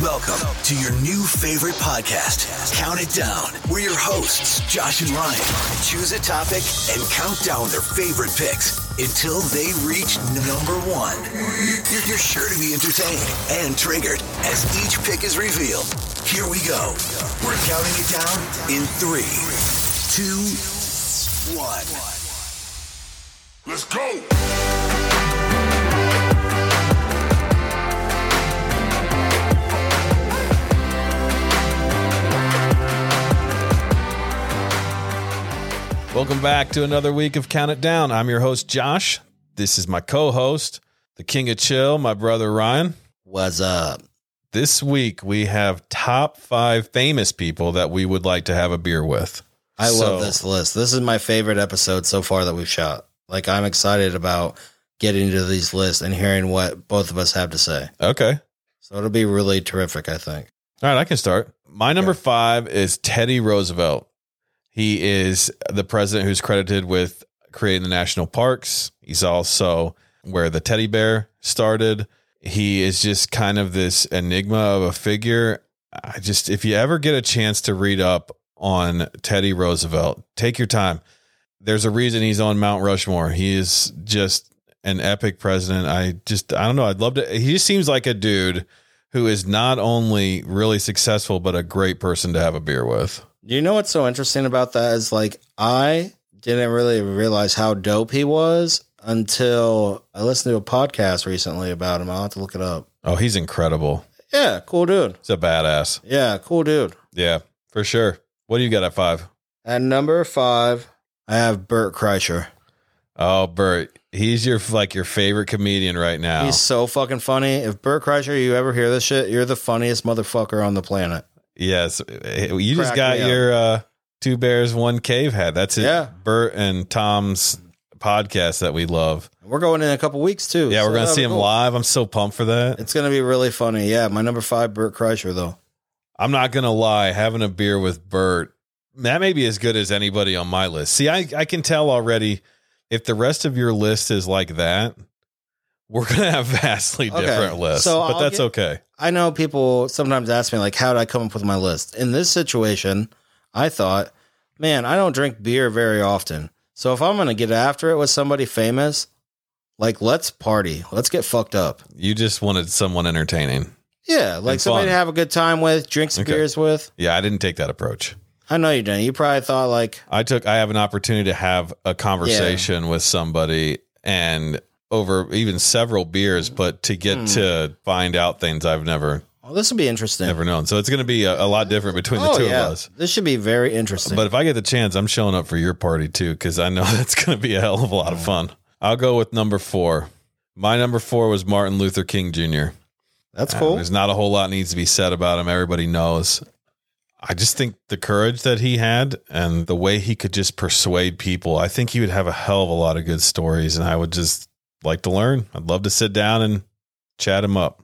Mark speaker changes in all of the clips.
Speaker 1: Welcome to your new favorite podcast, Count It Down. We're your hosts, Josh and Ryan. Choose a topic and count down their favorite picks until they reach number one. You're, you're sure to be entertained and triggered as each pick is revealed. Here we go. We're counting it down in three, two, one.
Speaker 2: Let's go.
Speaker 3: Welcome back to another week of Count It Down. I'm your host, Josh. This is my co host, the king of chill, my brother Ryan.
Speaker 4: What's up?
Speaker 3: This week, we have top five famous people that we would like to have a beer with.
Speaker 4: I
Speaker 3: So-
Speaker 4: love this list. This is my favorite episode so far that we've shot. Like I'm excited about getting to these lists and hearing what both of us have to say.
Speaker 3: Okay.
Speaker 4: So it'll be really terrific, I think.
Speaker 3: All right, I can start. My number
Speaker 4: Okay.
Speaker 3: five is Teddy Roosevelt. He is the president who's credited with creating the national parks. He's also where the teddy bear started. He is just kind of this enigma of a figure. I just, if you ever get a chance to read up on Teddy Roosevelt, take your time. There's a reason he's on Mount Rushmore. He is just an epic president. I just, I don't know. I'd love to. He just seems like a dude who is not only really successful but a great person to have a beer with.
Speaker 4: You know what's so interesting about that is like I didn't really realize how dope he was until I listened to a podcast recently about him. I'll have to look it up.
Speaker 3: Oh, he's incredible.
Speaker 4: Yeah, cool dude.
Speaker 3: He's a badass.
Speaker 4: Yeah, cool dude.
Speaker 3: Yeah, for sure. What do you got at five?
Speaker 4: At number five, I have Bert Kreischer.
Speaker 3: Oh, Bert, he's your like your favorite comedian right now.
Speaker 4: He's so fucking funny. If Bert Kreischer, you ever hear this shit, you're the funniest motherfucker on the planet.
Speaker 3: yes, you just
Speaker 4: Crack
Speaker 3: got
Speaker 4: me up.
Speaker 3: your uh, two bears, one cave hat. That's it.
Speaker 4: Yeah.
Speaker 3: Bert and Tom's podcast that we love.
Speaker 4: We're going in a couple weeks too.
Speaker 3: Yeah,
Speaker 4: so
Speaker 3: we're gonna
Speaker 4: that'll
Speaker 3: see
Speaker 4: be
Speaker 3: him
Speaker 4: cool.
Speaker 3: live. I'm so pumped for that.
Speaker 4: It's gonna be really funny. Yeah, my number five, Bert Kreischer, though.
Speaker 3: I'm not gonna lie, having a beer with Bert, that may be as good as anybody on my list. See, I, I can tell already if the rest of your list is like that, we're gonna have vastly
Speaker 4: Okay,
Speaker 3: different lists.
Speaker 4: so
Speaker 3: but
Speaker 4: I'll
Speaker 3: that's
Speaker 4: get-
Speaker 3: okay.
Speaker 4: I know people sometimes ask me like, how did I come up with my list? In this situation, I thought, man, I don't drink beer very often, so if I'm gonna get after it with somebody famous, like let's party, let's get fucked up.
Speaker 3: You just wanted someone entertaining.
Speaker 4: Yeah, like
Speaker 3: And
Speaker 4: somebody
Speaker 3: fun.
Speaker 4: to have a good time with, drink some
Speaker 3: Okay.
Speaker 4: beers with.
Speaker 3: Yeah, I didn't take that approach.
Speaker 4: I know you didn't. You probably thought like,
Speaker 3: I took I have an opportunity to have a conversation with somebody and over even several beers, but to
Speaker 4: Hmm.
Speaker 3: get to find out things I've never
Speaker 4: well, oh, this would be interesting.
Speaker 3: never known. So it's gonna be a, a lot different between the two of us.
Speaker 4: Oh, This should be very interesting.
Speaker 3: But if I get the chance, I'm showing up for your party too, because I know that's going to be a hell of a lot of fun. I'll go with number four. My number four was Martin Luther King Jr.
Speaker 4: That's
Speaker 3: Uh,
Speaker 4: cool.
Speaker 3: there's not a whole lot needs to be said about him. Everybody knows. I just think the courage that he had and the way he could just persuade people, I think he would have a hell of a lot of good stories. And I would just like to learn. I'd love to sit down and chat him up.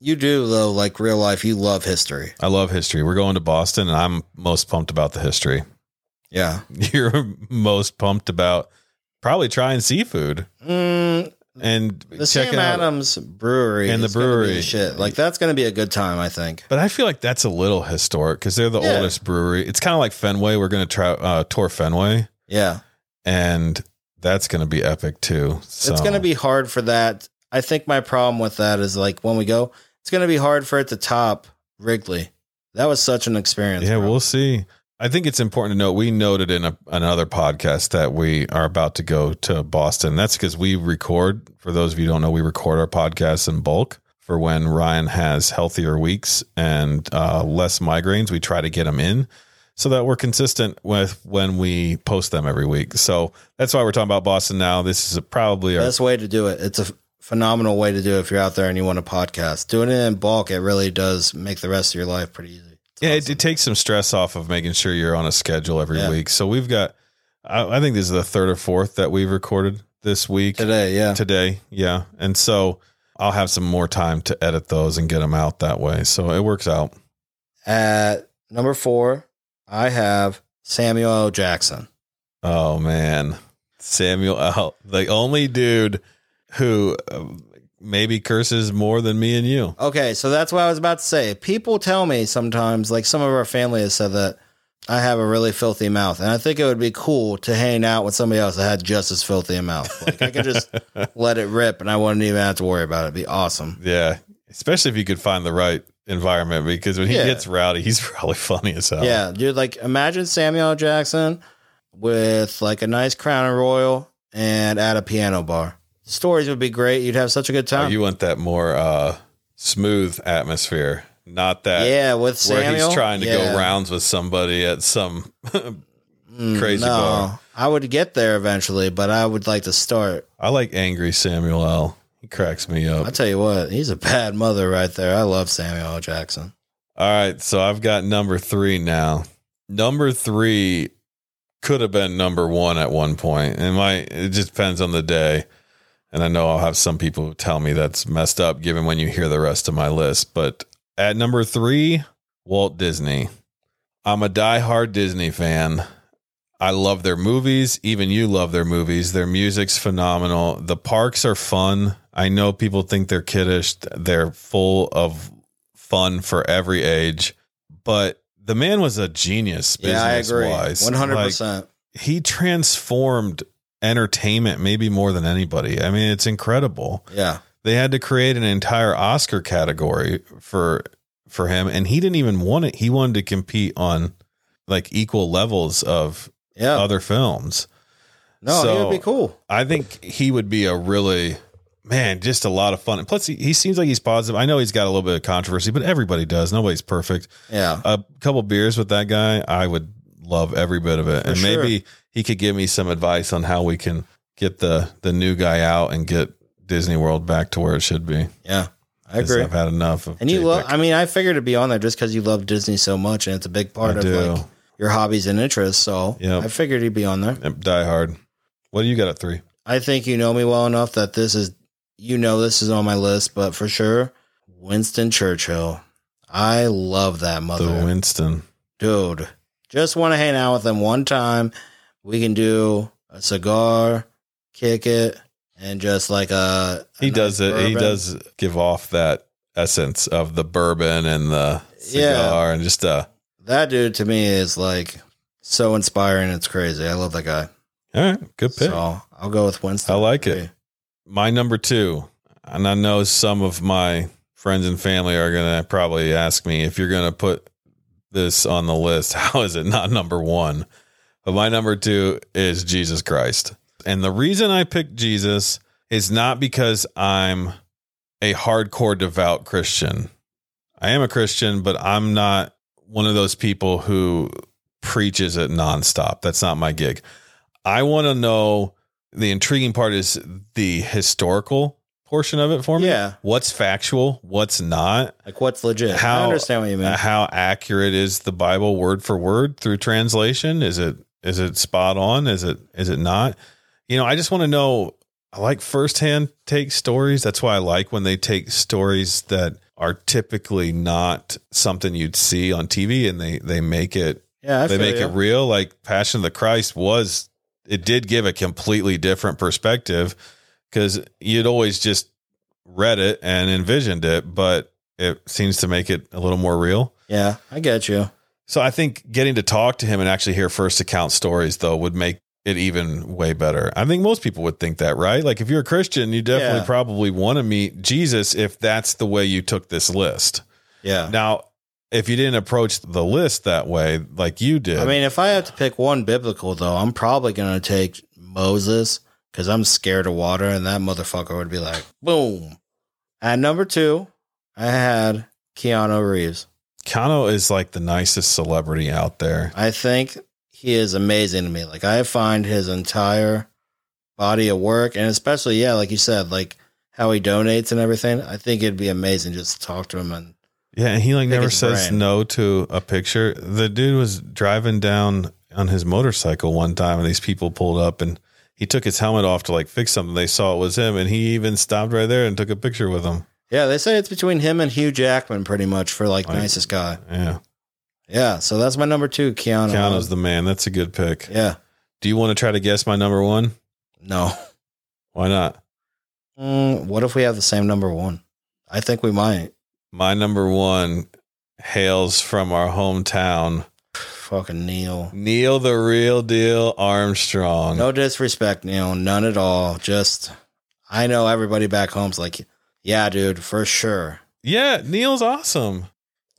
Speaker 4: you do though, like real life, you love history.
Speaker 3: I love history. We're going to Boston, and I'm most pumped about the history.
Speaker 4: Yeah.
Speaker 3: you're most pumped about probably trying seafood
Speaker 4: Mm,
Speaker 3: and
Speaker 4: the
Speaker 3: checking
Speaker 4: Sam
Speaker 3: out.
Speaker 4: Adams Brewery
Speaker 3: And the
Speaker 4: is gonna be
Speaker 3: brewery.
Speaker 4: the shit. Like that's going to be a good time, I think.
Speaker 3: But I feel like that's a little historic because they're the
Speaker 4: Yeah.
Speaker 3: oldest brewery. It's kind of like Fenway. We're going to try uh, tour Fenway,
Speaker 4: Yeah.
Speaker 3: and that's going to be epic too. So
Speaker 4: It's going to be hard for that. I think my problem with that is like when we go, it's going to be hard for it to top Wrigley. That was such an experience.
Speaker 3: Yeah,
Speaker 4: bro.
Speaker 3: we'll see. I think it's important to note we noted in a, another podcast that we are about to go to Boston. That's because we record, for those of you who don't know, we record our podcasts in bulk for when Ryan has healthier weeks and uh, less migraines. We try to get them in so that we're consistent with when we post them every week. So that's why we're talking about Boston now. This is probably our
Speaker 4: Best way to do it. It's a phenomenal way to do it if you're out there and you want a podcast. Doing it in bulk, it really does make the rest of your life pretty easy. It's
Speaker 3: Yeah, it,
Speaker 4: awesome.
Speaker 3: it takes some stress off of making sure you're on a schedule every
Speaker 4: Yeah.
Speaker 3: week. So we've got, I, I think this is the third or fourth that we've recorded this week today.
Speaker 4: today. Yeah.
Speaker 3: Yeah. And so I'll have some more time to edit those and get them out that way. So it works out.
Speaker 4: At number four, I have Samuel L. Jackson.
Speaker 3: Oh, man. Samuel L. The only dude who um, maybe curses more than me and you.
Speaker 4: Okay, so that's what I was about to say. People tell me sometimes, like some of our family has said that I have a really filthy mouth, and I think it would be cool to hang out with somebody else that had just as filthy a mouth. Like I could just let it rip, and I wouldn't even have to worry about it. It'd be awesome.
Speaker 3: Yeah, especially if you could find the right environment because when he
Speaker 4: Yeah.
Speaker 3: gets rowdy, he's probably funny as hell.
Speaker 4: Yeah, dude. Like imagine Samuel L. Jackson with like a nice crown and royal, and at a piano bar. Stories would be great. You'd have such a good
Speaker 3: Oh,
Speaker 4: time.
Speaker 3: you want that more uh, smooth atmosphere, not that
Speaker 4: yeah, with
Speaker 3: where
Speaker 4: Samuel.
Speaker 3: he's trying to
Speaker 4: Yeah.
Speaker 3: go rounds with somebody at some
Speaker 4: Mm,
Speaker 3: crazy bar.
Speaker 4: I would get there eventually, but I would like to start.
Speaker 3: I like angry Samuel L. He cracks me up.
Speaker 4: I tell you what, he's a bad mother right there. I love Samuel L. Jackson.
Speaker 3: All right, so I've got number three now. Number three could have been number one at one point, and my it just depends on the day. And I know I'll have some people tell me that's messed up, given when you hear the rest of my list. But at number three, Walt Disney. I'm a diehard Disney fan. I love their movies. Even you love their movies. Their music's phenomenal. The parks are fun. I know people think they're kiddish. They're full of fun for every age. But the man was a genius
Speaker 4: Yeah, I
Speaker 3: business
Speaker 4: agree.
Speaker 3: wise.
Speaker 4: One hundred percent.
Speaker 3: He transformed entertainment maybe more than anybody. I mean, it's incredible
Speaker 4: Yeah.
Speaker 3: they had to create an entire Oscar category for for him, and he didn't even want it. He wanted to compete on like equal levels of
Speaker 4: Yeah.
Speaker 3: other films.
Speaker 4: no, it
Speaker 3: so-
Speaker 4: would be cool.
Speaker 3: I think he would be a really man, just a lot of fun. And plus, he, he seems like he's positive. I know he's got a little bit of controversy, but everybody does. Nobody's perfect.
Speaker 4: Yeah.
Speaker 3: A couple beers with that guy, I would love every bit of it,
Speaker 4: For
Speaker 3: and
Speaker 4: sure.
Speaker 3: maybe he could give me some advice on how we can get the the new guy out and get Disney World back to where it should be.
Speaker 4: Yeah. I
Speaker 3: Because
Speaker 4: agree.
Speaker 3: I've had enough of.
Speaker 4: And you love
Speaker 3: JPEG.
Speaker 4: I mean, I figured it'd be on there just because you love Disney so much and it's a big part
Speaker 3: I
Speaker 4: of
Speaker 3: do.
Speaker 4: like your hobbies and interests. So
Speaker 3: Yep.
Speaker 4: I figured he'd be on there.
Speaker 3: Yep, Die Hard. What do you got at three?
Speaker 4: I think you know me well enough that this is you know this is on my list, but for sure, Winston Churchill. I love that mother.
Speaker 3: The Winston.
Speaker 4: dude, just want to hang out with him one time. We can do a cigar, kick it, and just like a. a
Speaker 3: He
Speaker 4: nice
Speaker 3: does it. He
Speaker 4: bourbon.
Speaker 3: does give off that essence of the bourbon and the
Speaker 4: Yeah.
Speaker 3: cigar and just uh.
Speaker 4: That dude to me is like so inspiring. It's crazy. I love that guy.
Speaker 3: All right, good pick.
Speaker 4: So I'll go with Winston.
Speaker 3: I like it. My number two, and I know some of my friends and family are gonna probably ask me if you're gonna put this on the list. How is it not number one? But my number two is Jesus Christ. And the reason I picked Jesus is not because I'm a hardcore devout Christian. I am a Christian, but I'm not one of those people who preaches it nonstop. That's not my gig. I want to know the intriguing part is the historical portion of it for me.
Speaker 4: Yeah.
Speaker 3: What's factual? What's not?
Speaker 4: Like what's legit? I
Speaker 3: How-
Speaker 4: understand what you mean.
Speaker 3: Uh, how accurate is the Bible word for word through translation? Is it is it spot on? Is it is it not? You know, I just want to know. I like firsthand take stories. That's why I like when they take stories that are typically not something you'd see on TV and they they make it
Speaker 4: yeah, I
Speaker 3: they
Speaker 4: feel
Speaker 3: make
Speaker 4: you.
Speaker 3: it real. Like Passion of the Christ was, it did give a completely different perspective because you'd always just read it and envisioned it, but it seems to make it a little more real.
Speaker 4: yeah, I get you.
Speaker 3: So I think getting to talk to him and actually hear first account stories though would make it even way better. I think most people would think that, right? Like if you're a Christian, you definitely
Speaker 4: Yeah.
Speaker 3: probably want to meet Jesus if that's the way you took this list.
Speaker 4: Yeah.
Speaker 3: Now, if you didn't approach the list that way, like you did,
Speaker 4: I mean, if I have to pick one biblical though, I'm probably gonna take Moses because I'm scared of water, and that motherfucker would be like, boom. At number two, I had Keanu Reeves.
Speaker 3: Kano is like the nicest celebrity out there.
Speaker 4: I think he is amazing to me. Like I find his entire body of work, and especially yeah, like you said, like how he donates and everything. I think it'd be amazing just to talk to him and
Speaker 3: Yeah, and he like
Speaker 4: Pick
Speaker 3: never
Speaker 4: his
Speaker 3: says
Speaker 4: brain.
Speaker 3: no to a picture. The dude was driving down on his motorcycle one time, and these people pulled up, and he took his helmet off to like fix something. They saw it was him, and he even stopped right there and took a picture with him.
Speaker 4: yeah, they say it's between him and Hugh Jackman pretty much for like
Speaker 3: Like-
Speaker 4: nicest guy.
Speaker 3: Yeah,
Speaker 4: Yeah, so that's my number two, Keanu.
Speaker 3: Kano's the man. That's a good pick.
Speaker 4: yeah.
Speaker 3: Do you want to try to guess my number one?
Speaker 4: No.
Speaker 3: Why not?
Speaker 4: Mm, what if we have the same number one? I think we might.
Speaker 3: My number one hails from our hometown.
Speaker 4: Fucking Neil.
Speaker 3: Neil the real deal Armstrong.
Speaker 4: No disrespect, Neil. None at all. Just, I know everybody back home's like, yeah, dude, for sure.
Speaker 3: Yeah, Neil's awesome.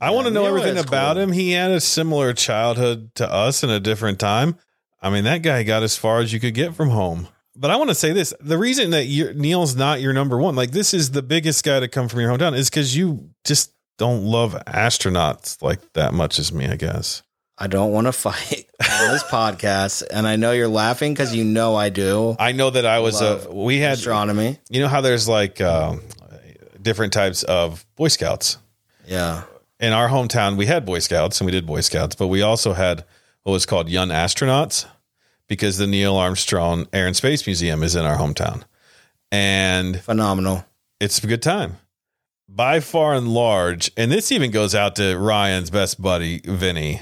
Speaker 3: I
Speaker 4: Yeah,
Speaker 3: want to know
Speaker 4: Neil
Speaker 3: everything
Speaker 4: is
Speaker 3: about
Speaker 4: cool.
Speaker 3: him. He had a similar childhood to us in a different time. I mean, that guy got as far as you could get from home. But I want to say this: the reason that you Neil's not your number one, like this is the biggest guy to come from your hometown, is because you just don't love astronauts like that much as me. I guess
Speaker 4: I don't want to fight on this podcast. And I know you're laughing because you know I do.
Speaker 3: I know that I was a.
Speaker 4: Love
Speaker 3: We had
Speaker 4: Astronomy.
Speaker 3: you know how there's like um, different types of Boy Scouts.
Speaker 4: Yeah.
Speaker 3: in our hometown, we had Boy Scouts and we did Boy Scouts, but we also had what was called Young Astronauts because the Neil Armstrong Air and Space Museum is in our hometown. And
Speaker 4: Phenomenal.
Speaker 3: it's a good time. By far and large, and this even goes out to Ryan's best buddy, Vinny.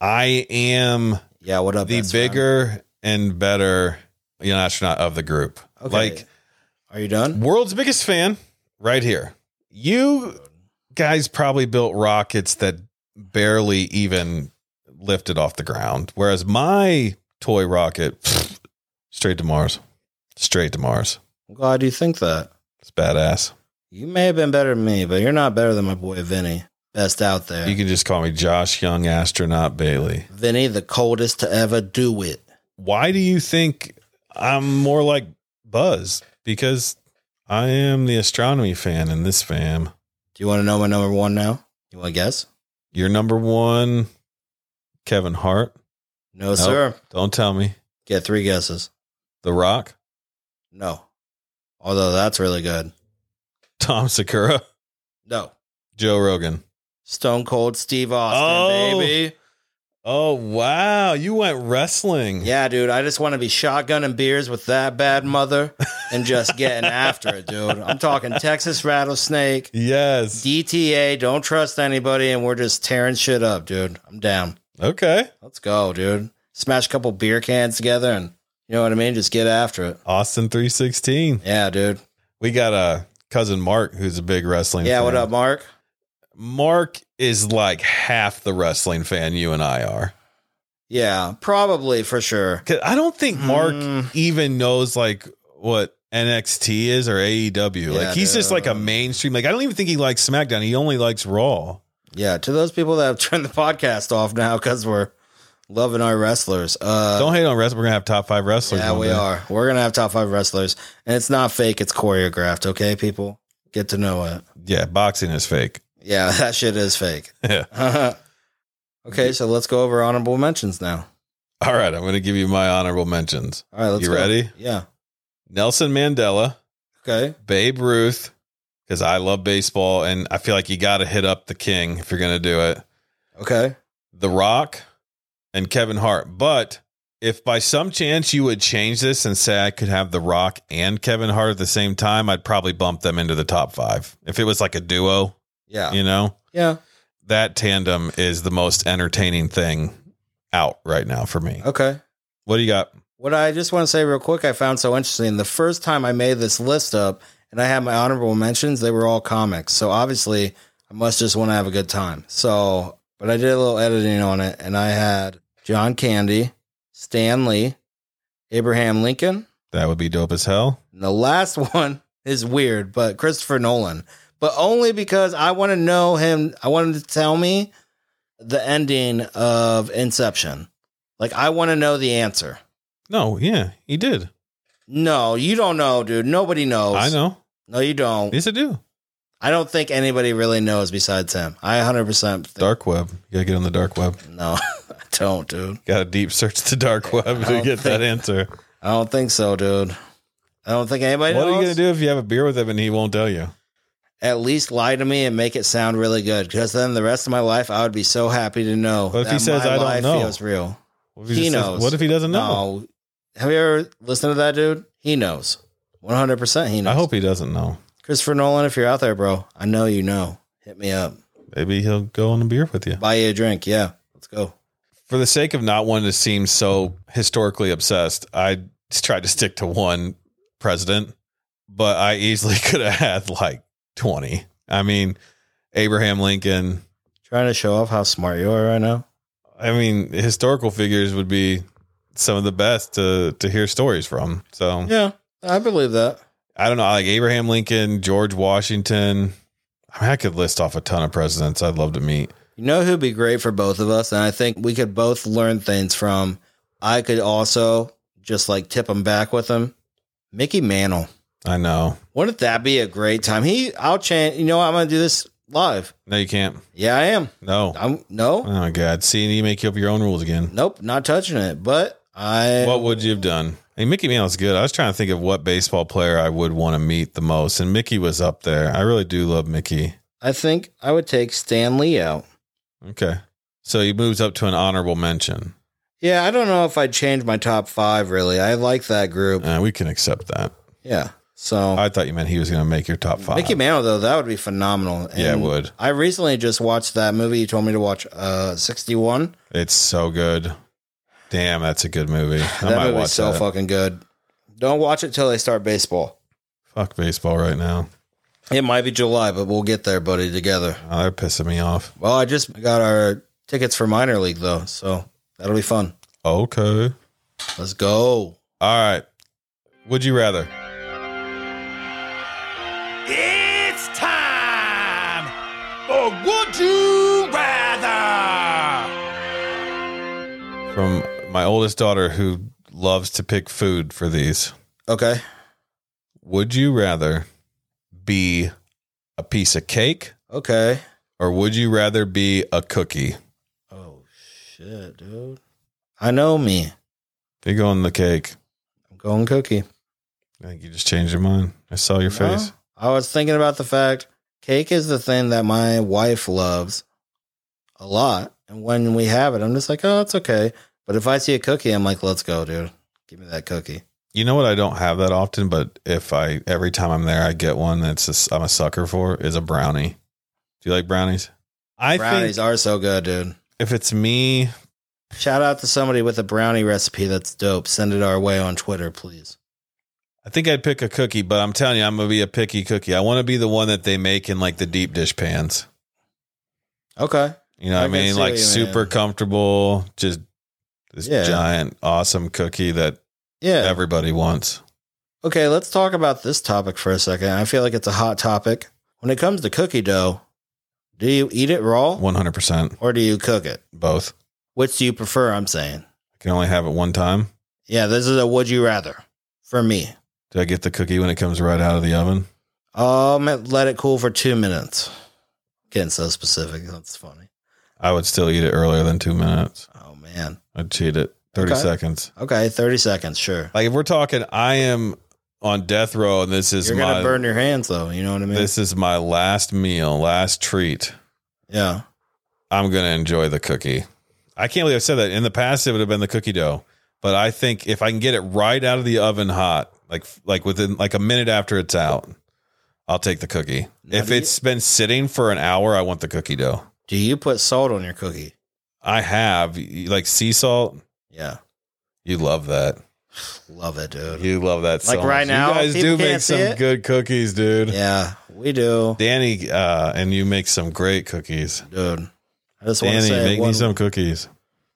Speaker 3: I am
Speaker 4: Yeah. What up?
Speaker 3: the
Speaker 4: best friend?
Speaker 3: bigger and better young astronaut of the group.
Speaker 4: Okay.
Speaker 3: Like
Speaker 4: Are you done?
Speaker 3: world's biggest fan right here. You guys probably built rockets that barely even lifted off the ground, whereas my toy rocket pfft, straight to Mars, straight to Mars.
Speaker 4: I'm glad you think that.
Speaker 3: It's badass.
Speaker 4: You may have been better than me, but you're not better than my boy Vinny. Best out there.
Speaker 3: You can just call me Josh Young Astronaut Bailey.
Speaker 4: Vinny, the coldest to ever do it.
Speaker 3: Why do you think I'm more like Buzz? Because I am the astronomy fan in this fam.
Speaker 4: Do you want to know my number one now? You want to guess?
Speaker 3: Your number one, Kevin Hart.
Speaker 4: No, sir.
Speaker 3: Don't tell me.
Speaker 4: Get three guesses.
Speaker 3: The Rock.
Speaker 4: No. Although that's really good.
Speaker 3: Tom Sakura,
Speaker 4: No.
Speaker 3: Joe Rogan.
Speaker 4: Stone Cold Steve Austin,
Speaker 3: Oh.
Speaker 4: baby.
Speaker 3: Oh wow, you went wrestling.
Speaker 4: Yeah, dude. I just want to be shotgunning beers with that bad mother and just getting after it, dude. I'm talking Texas rattlesnake,
Speaker 3: Yes.
Speaker 4: DTA, don't trust anybody, and we're just tearing shit up, dude. I'm down.
Speaker 3: Okay.
Speaker 4: Let's go, dude. Smash a couple beer cans together and you know what I mean? Just get after it.
Speaker 3: Austin 316.
Speaker 4: Yeah, dude.
Speaker 3: We got a cousin Mark who's a big wrestling
Speaker 4: Yeah,
Speaker 3: fan.
Speaker 4: what up, Mark?
Speaker 3: Mark is like half the wrestling fan you and I are.
Speaker 4: Yeah, probably for sure.
Speaker 3: 'Cause I don't think Mark
Speaker 4: Mm.
Speaker 3: even knows like what NXT is or AEW.
Speaker 4: Yeah,
Speaker 3: like he's just like a
Speaker 4: dude.
Speaker 3: mainstream. Like I don't even think he likes SmackDown. He only likes Raw.
Speaker 4: Yeah, to those people that have turned the podcast off now because we're loving our wrestlers. Uh,
Speaker 3: don't hate on wrestling. We're gonna have top five wrestlers.
Speaker 4: yeah,
Speaker 3: one
Speaker 4: we
Speaker 3: day.
Speaker 4: are. We're gonna have top five wrestlers, and it's not fake; it's choreographed. Okay, people, get to know it.
Speaker 3: Yeah, boxing is fake.
Speaker 4: Yeah, that shit is fake.
Speaker 3: Yeah.
Speaker 4: okay, so let's go over honorable mentions now.
Speaker 3: All right, I'm gonna give you my honorable mentions.
Speaker 4: All right, let's.
Speaker 3: You
Speaker 4: go.
Speaker 3: ready?
Speaker 4: Yeah.
Speaker 3: Nelson Mandela,
Speaker 4: Okay.
Speaker 3: Babe Ruth, because I love baseball and I feel like you got to hit up the king if you're going to do it.
Speaker 4: Okay.
Speaker 3: The Rock and Kevin Hart. But if by some chance you would change this and say I could have The Rock and Kevin Hart at the same time, I'd probably bump them into the top five. If it was like a duo,
Speaker 4: Yeah. Yeah.
Speaker 3: you know, that tandem is the most entertaining thing out right now for me.
Speaker 4: Okay.
Speaker 3: What do you got?
Speaker 4: What I just want to say real quick, I found so interesting. The first time I made this list up, and I had my honorable mentions, they were all comics. So obviously, I must just want to have a good time. So, but I did a little editing on it, and I had John Candy, Stan Lee, Abraham Lincoln,
Speaker 3: That would be dope as hell.
Speaker 4: and the last one is weird, but Christopher Nolan. But only because I want to know him. I want him to tell me the ending of Inception. Like I want to know the answer.
Speaker 3: No, yeah, he did.
Speaker 4: No, you don't know, dude. Nobody knows.
Speaker 3: I know.
Speaker 4: No, you don't.
Speaker 3: Yes, I do.
Speaker 4: I don't think anybody really knows besides him. I 100% think.
Speaker 3: Dark web. You gotta get on the dark web.
Speaker 4: No, I don't, dude.
Speaker 3: Got to deep search the dark web to
Speaker 4: don't
Speaker 3: get that
Speaker 4: think-
Speaker 3: answer.
Speaker 4: I don't think so, dude. I don't think anybody
Speaker 3: What are you
Speaker 4: knows.
Speaker 3: gonna do if you have a beer with him and he won't tell you?
Speaker 4: At least lie to me and make it sound really good because then the rest of my life I would be so happy to know.
Speaker 3: What if he says,
Speaker 4: my
Speaker 3: "I don't
Speaker 4: life
Speaker 3: know"?
Speaker 4: feels real.
Speaker 3: What
Speaker 4: He
Speaker 3: just says-
Speaker 4: knows.
Speaker 3: what if he doesn't know?
Speaker 4: No. Have you ever listened to that, dude? He knows. 100% he knows.
Speaker 3: I hope he doesn't know.
Speaker 4: Christopher Nolan, if you're out there, bro, I know you know. Hit me up.
Speaker 3: Maybe he'll go on a beer with you.
Speaker 4: Buy you a drink. Yeah. Let's go.
Speaker 3: For the sake of not wanting to seem so historically obsessed, I just tried to stick to one president. but I easily could have had like 20. I mean, Abraham Lincoln,
Speaker 4: Trying to show off how smart you are right now.
Speaker 3: I mean, historical figures would be some of the best to to hear stories from. So
Speaker 4: Yeah, I believe that.
Speaker 3: I don't know, like Abraham Lincoln, George Washington. I mean, I could list off a ton of presidents I'd love to meet.
Speaker 4: You know who'd be great for both of us, and I think we could both learn things from. I could also just like tip him back with him. Mickey Mantle.
Speaker 3: I know.
Speaker 4: Wouldn't that be a great time? He, I'll change. You know, what? I'm gonna do this live.
Speaker 3: No, you can't.
Speaker 4: Yeah, I am.
Speaker 3: No.
Speaker 4: I'm no,
Speaker 3: Oh my God! See, you make up your own rules again.
Speaker 4: nope, not touching it. But I,
Speaker 3: What would you have done? Hey, Mickey Mantle's good. I was trying to think of what baseball player I would want to meet the most, and Mickey was up there. I really do love Mickey.
Speaker 4: I think I would take Stan Lee out.
Speaker 3: Okay, so he moves up to an honorable mention.
Speaker 4: Yeah, I don't know if I'd change my top five. Really, I like that group.
Speaker 3: Uh, we can accept that.
Speaker 4: Yeah, so
Speaker 3: I thought you meant he was going to make your top five.
Speaker 4: Mickey Mantle, though, that would be phenomenal.
Speaker 3: Yeah, it
Speaker 4: And
Speaker 3: would.
Speaker 4: I recently just watched that movie you told me to watch, uh, 61.
Speaker 3: It's so good. Damn, that's a good movie. I
Speaker 4: that
Speaker 3: might
Speaker 4: movie's
Speaker 3: watch
Speaker 4: so
Speaker 3: that.
Speaker 4: fucking good. Don't watch it till they start baseball.
Speaker 3: Fuck baseball right now.
Speaker 4: It might be July, but we'll get there, buddy, together.
Speaker 3: Oh, they're pissing me off.
Speaker 4: Well, I just got our tickets for minor league, though, so that'll be fun.
Speaker 3: Okay.
Speaker 4: Let's go.
Speaker 3: All right. Would you rather?
Speaker 2: It's time for Would You Rather?
Speaker 3: From my oldest daughter who loves to pick food for these.
Speaker 4: Okay.
Speaker 3: Would you rather be a piece of cake
Speaker 4: Okay.
Speaker 3: or would you rather be a cookie?
Speaker 4: Oh, shit, dude. I know me.
Speaker 3: Big on the cake.
Speaker 4: I'm going cookie.
Speaker 3: I think you just changed your mind. I saw your face.
Speaker 4: No, I was thinking about the fact cake is the thing that my wife loves a lot. And when we have it, I'm just like, oh, it's okay. But if I see a cookie, I'm like, let's go, dude. Give me that cookie.
Speaker 3: You know what? I don't have that often, but if I every time I'm there, I get one. That's just, I'm a sucker for is a brownie. Do you like brownies? I
Speaker 4: Brownies
Speaker 3: think
Speaker 4: are so good, dude.
Speaker 3: if it's me,
Speaker 4: Shout out to somebody with a brownie recipe that's dope. Send it our way on Twitter, please.
Speaker 3: I think I'd pick a cookie. But I'm telling you, I'm gonna be a picky cookie. I want to be the one that they make in like the deep dish pans.
Speaker 4: Okay.
Speaker 3: You know what
Speaker 4: I
Speaker 3: I,
Speaker 4: can
Speaker 3: mean?
Speaker 4: see
Speaker 3: Like
Speaker 4: what you mean.
Speaker 3: super comfortable, just this
Speaker 4: Yeah.
Speaker 3: giant, awesome cookie that
Speaker 4: Yeah.
Speaker 3: everybody wants.
Speaker 4: Okay, let's talk about this topic for a second. I feel like it's a hot topic. When it comes to cookie dough, do you eat it raw
Speaker 3: One hundred percent,
Speaker 4: or do you cook it?
Speaker 3: both.
Speaker 4: Which do you prefer? I'm saying.
Speaker 3: I can only have it one time.
Speaker 4: Yeah, this is a would you rather for me.
Speaker 3: Do I get the cookie when it comes right out of the oven?
Speaker 4: Um, let it cool for two minutes. Getting so specific, that's funny.
Speaker 3: I would still eat it earlier than two minutes.
Speaker 4: Oh man.
Speaker 3: I'd cheat it. 30
Speaker 4: Okay.
Speaker 3: seconds.
Speaker 4: Okay, thirty seconds, sure.
Speaker 3: Like if we're talking, I am on death row and this is
Speaker 4: You're
Speaker 3: my
Speaker 4: gonna burn your hands though. You know what I mean?
Speaker 3: this is my last meal, last treat.
Speaker 4: yeah.
Speaker 3: I'm gonna enjoy the cookie. I can't believe I said that. In the past it would have been the cookie dough. But I think if I can get it right out of the oven hot, like like within like a minute after it's out, I'll take the cookie.
Speaker 4: Now
Speaker 3: if
Speaker 4: do you-
Speaker 3: it's been sitting for an hour, I want the cookie dough.
Speaker 4: Do you put salt on your cookie?
Speaker 3: I have y- like sea salt.
Speaker 4: Yeah.
Speaker 3: You love that.
Speaker 4: Love it, dude.
Speaker 3: You love that.
Speaker 4: Like
Speaker 3: so
Speaker 4: right
Speaker 3: much.
Speaker 4: now,
Speaker 3: you guys
Speaker 4: people
Speaker 3: do
Speaker 4: can't
Speaker 3: make
Speaker 4: see
Speaker 3: some
Speaker 4: it.
Speaker 3: good cookies, dude.
Speaker 4: Yeah, we do.
Speaker 3: Danny uh, and you make some great cookies.
Speaker 4: Dude. I just want to
Speaker 3: Danny,
Speaker 4: say
Speaker 3: make
Speaker 4: one,
Speaker 3: me some cookies.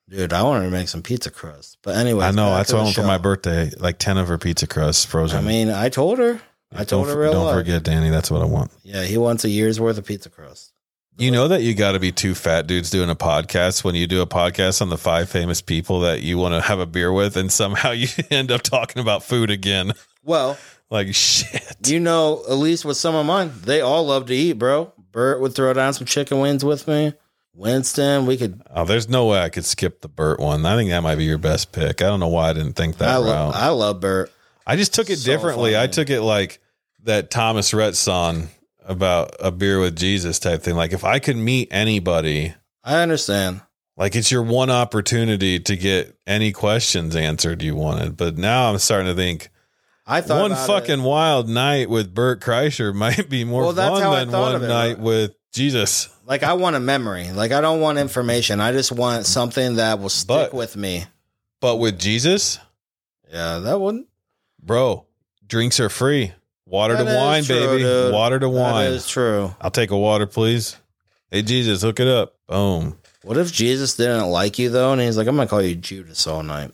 Speaker 4: dude, I wanted to make some pizza crust. But anyway,
Speaker 3: I know. That's what I want for my birthday. Like ten of her pizza crusts frozen.
Speaker 4: I mean, I told her. I told
Speaker 3: don't,
Speaker 4: her real
Speaker 3: Don't
Speaker 4: life.
Speaker 3: forget, Danny. That's what I want.
Speaker 4: Yeah, he wants a year's worth of pizza crust.
Speaker 3: You know that you got to be two fat dudes doing a podcast when you do a podcast on the five famous people that you want to have a beer with, and somehow you end up talking about food again.
Speaker 4: Well,
Speaker 3: Like shit.
Speaker 4: You know, at least with some of mine, they all love to eat, bro. Bert would throw down some chicken wings with me. Winston, we could.
Speaker 3: Oh, there's no way I could skip the Burt one. I think that might be your best pick. I don't know why I didn't think that
Speaker 4: I, lo-
Speaker 3: route.
Speaker 4: I love Bert.
Speaker 3: I just took it
Speaker 4: So
Speaker 3: differently. I
Speaker 4: funny.
Speaker 3: took it like that Thomas Rhett song about a beer with Jesus type thing. Like if I could meet anybody,
Speaker 4: I understand.
Speaker 3: like it's your one opportunity to get any questions answered you wanted. But now I'm starting to think
Speaker 4: I thought
Speaker 3: one
Speaker 4: about
Speaker 3: fucking
Speaker 4: It.
Speaker 3: wild night with Burt Kreischer might be more
Speaker 4: Well, that's how
Speaker 3: fun
Speaker 4: I
Speaker 3: than
Speaker 4: thought
Speaker 3: one
Speaker 4: of it.
Speaker 3: night with Jesus.
Speaker 4: Like I want a memory. Like I don't want information. I just want something that will stick
Speaker 3: But-
Speaker 4: with me.
Speaker 3: But with Jesus,
Speaker 4: Yeah, that wouldn't.
Speaker 3: bro, drinks are free. Water
Speaker 4: That
Speaker 3: to
Speaker 4: is
Speaker 3: wine,
Speaker 4: true,
Speaker 3: baby.
Speaker 4: dude.
Speaker 3: Water to
Speaker 4: That
Speaker 3: wine.
Speaker 4: is true.
Speaker 3: I'll take a water, please. Hey, Jesus, hook it up. Boom.
Speaker 4: What if Jesus didn't like you though, and he's like, "I'm gonna call you Judas all night."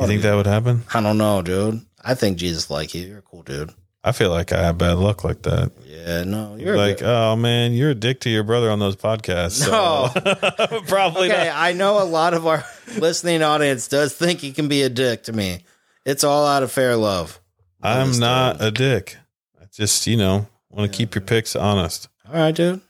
Speaker 3: You think that would happen?
Speaker 4: I don't know, dude. I think Jesus like you. You're a cool dude.
Speaker 3: I feel like I have bad luck like that.
Speaker 4: Yeah, no, you're
Speaker 3: like,
Speaker 4: A
Speaker 3: oh man, you're a dick to your brother on those podcasts. So. probably
Speaker 4: okay,
Speaker 3: not.
Speaker 4: I know a lot of our listening audience does think he can be a dick to me. It's all out of fair love.
Speaker 3: I'm not a dick. I just, you know, want to keep your picks honest.
Speaker 4: All right, dude.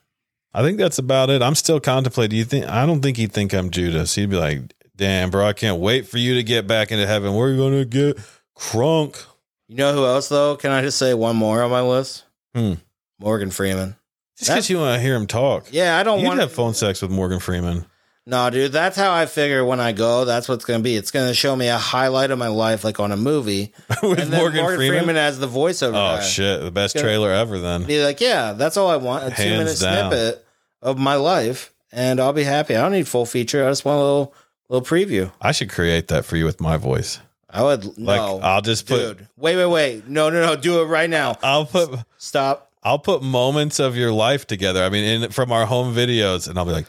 Speaker 3: I think that's about it. I'm still contemplating. You think? I don't think he'd think I'm Judas. He'd be like, "Damn, bro, I can't wait for you to get back into heaven. We're gonna get crunk."
Speaker 4: You know who else though? Can I just say one more on my list?
Speaker 3: Hmm.
Speaker 4: Morgan Freeman.
Speaker 3: Just because you want to hear him talk.
Speaker 4: Yeah, I don't
Speaker 3: You'd
Speaker 4: want
Speaker 3: have phone sex with Morgan Freeman.
Speaker 4: No, dude, that's how I figure when I go. That's what's going to be. It's going to show me a highlight of my life, like on a movie.
Speaker 3: with
Speaker 4: and uh, then
Speaker 3: Morgan, Freeman.
Speaker 4: as the voiceover.
Speaker 3: Oh
Speaker 4: guy.
Speaker 3: shit, the best trailer ever. Then
Speaker 4: Be like, yeah, that's all I want. A two
Speaker 3: Hands
Speaker 4: minute
Speaker 3: down.
Speaker 4: snippet of my life, and I'll be happy. I don't need full feature. I just want a little little preview.
Speaker 3: I should create that for you with my voice.
Speaker 4: I would
Speaker 3: Like
Speaker 4: no,
Speaker 3: I'll just put.
Speaker 4: dude. Wait, wait, wait. No, no, no. Do it right now.
Speaker 3: I'll put.
Speaker 4: Stop.
Speaker 3: I'll put moments of your life together. I mean, in, from our home videos, and I'll be like,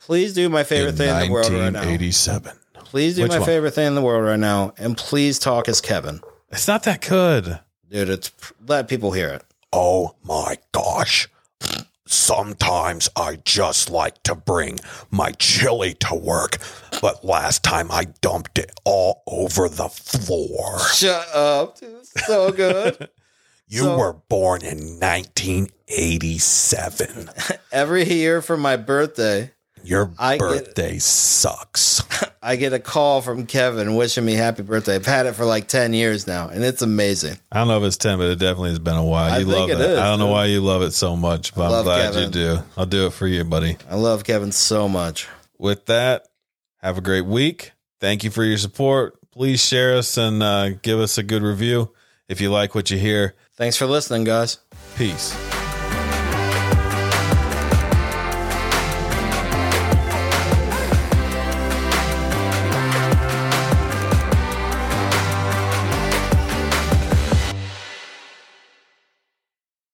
Speaker 4: Please do my favorite
Speaker 3: in
Speaker 4: thing in the world right now.
Speaker 3: 1987.
Speaker 4: Please do
Speaker 3: Which
Speaker 4: my
Speaker 3: one?
Speaker 4: favorite thing in the world right now, and please talk as Kevin,
Speaker 3: It's not that good.
Speaker 4: dude. It's let people hear it.
Speaker 5: Oh my gosh. Sometimes I just like to bring my chili to work, but last time I dumped it all over the floor.
Speaker 4: Shut up. dude. So good.
Speaker 5: You
Speaker 4: So-
Speaker 5: were born in 1987.
Speaker 4: Every year for my birthday,
Speaker 5: Your
Speaker 4: I get-
Speaker 5: birthday sucks.
Speaker 4: I get a call from Kevin wishing me happy birthday. I've had it for like 10 years now, and it's amazing.
Speaker 3: I don't know if it's 10, but it definitely has been a while.
Speaker 4: I
Speaker 3: you
Speaker 4: think
Speaker 3: love
Speaker 4: it
Speaker 3: it.
Speaker 4: is,
Speaker 3: I don't know
Speaker 4: dude.
Speaker 3: why you love it so much, but I'm
Speaker 4: love
Speaker 3: glad
Speaker 4: Kevin.
Speaker 3: you do. I'll do it for you, buddy.
Speaker 4: I love Kevin so much.
Speaker 3: With that, have a great week. Thank you for your support. Please share us and uh, give us a good review if you like what you hear.
Speaker 4: Thanks for listening, guys.
Speaker 3: Peace.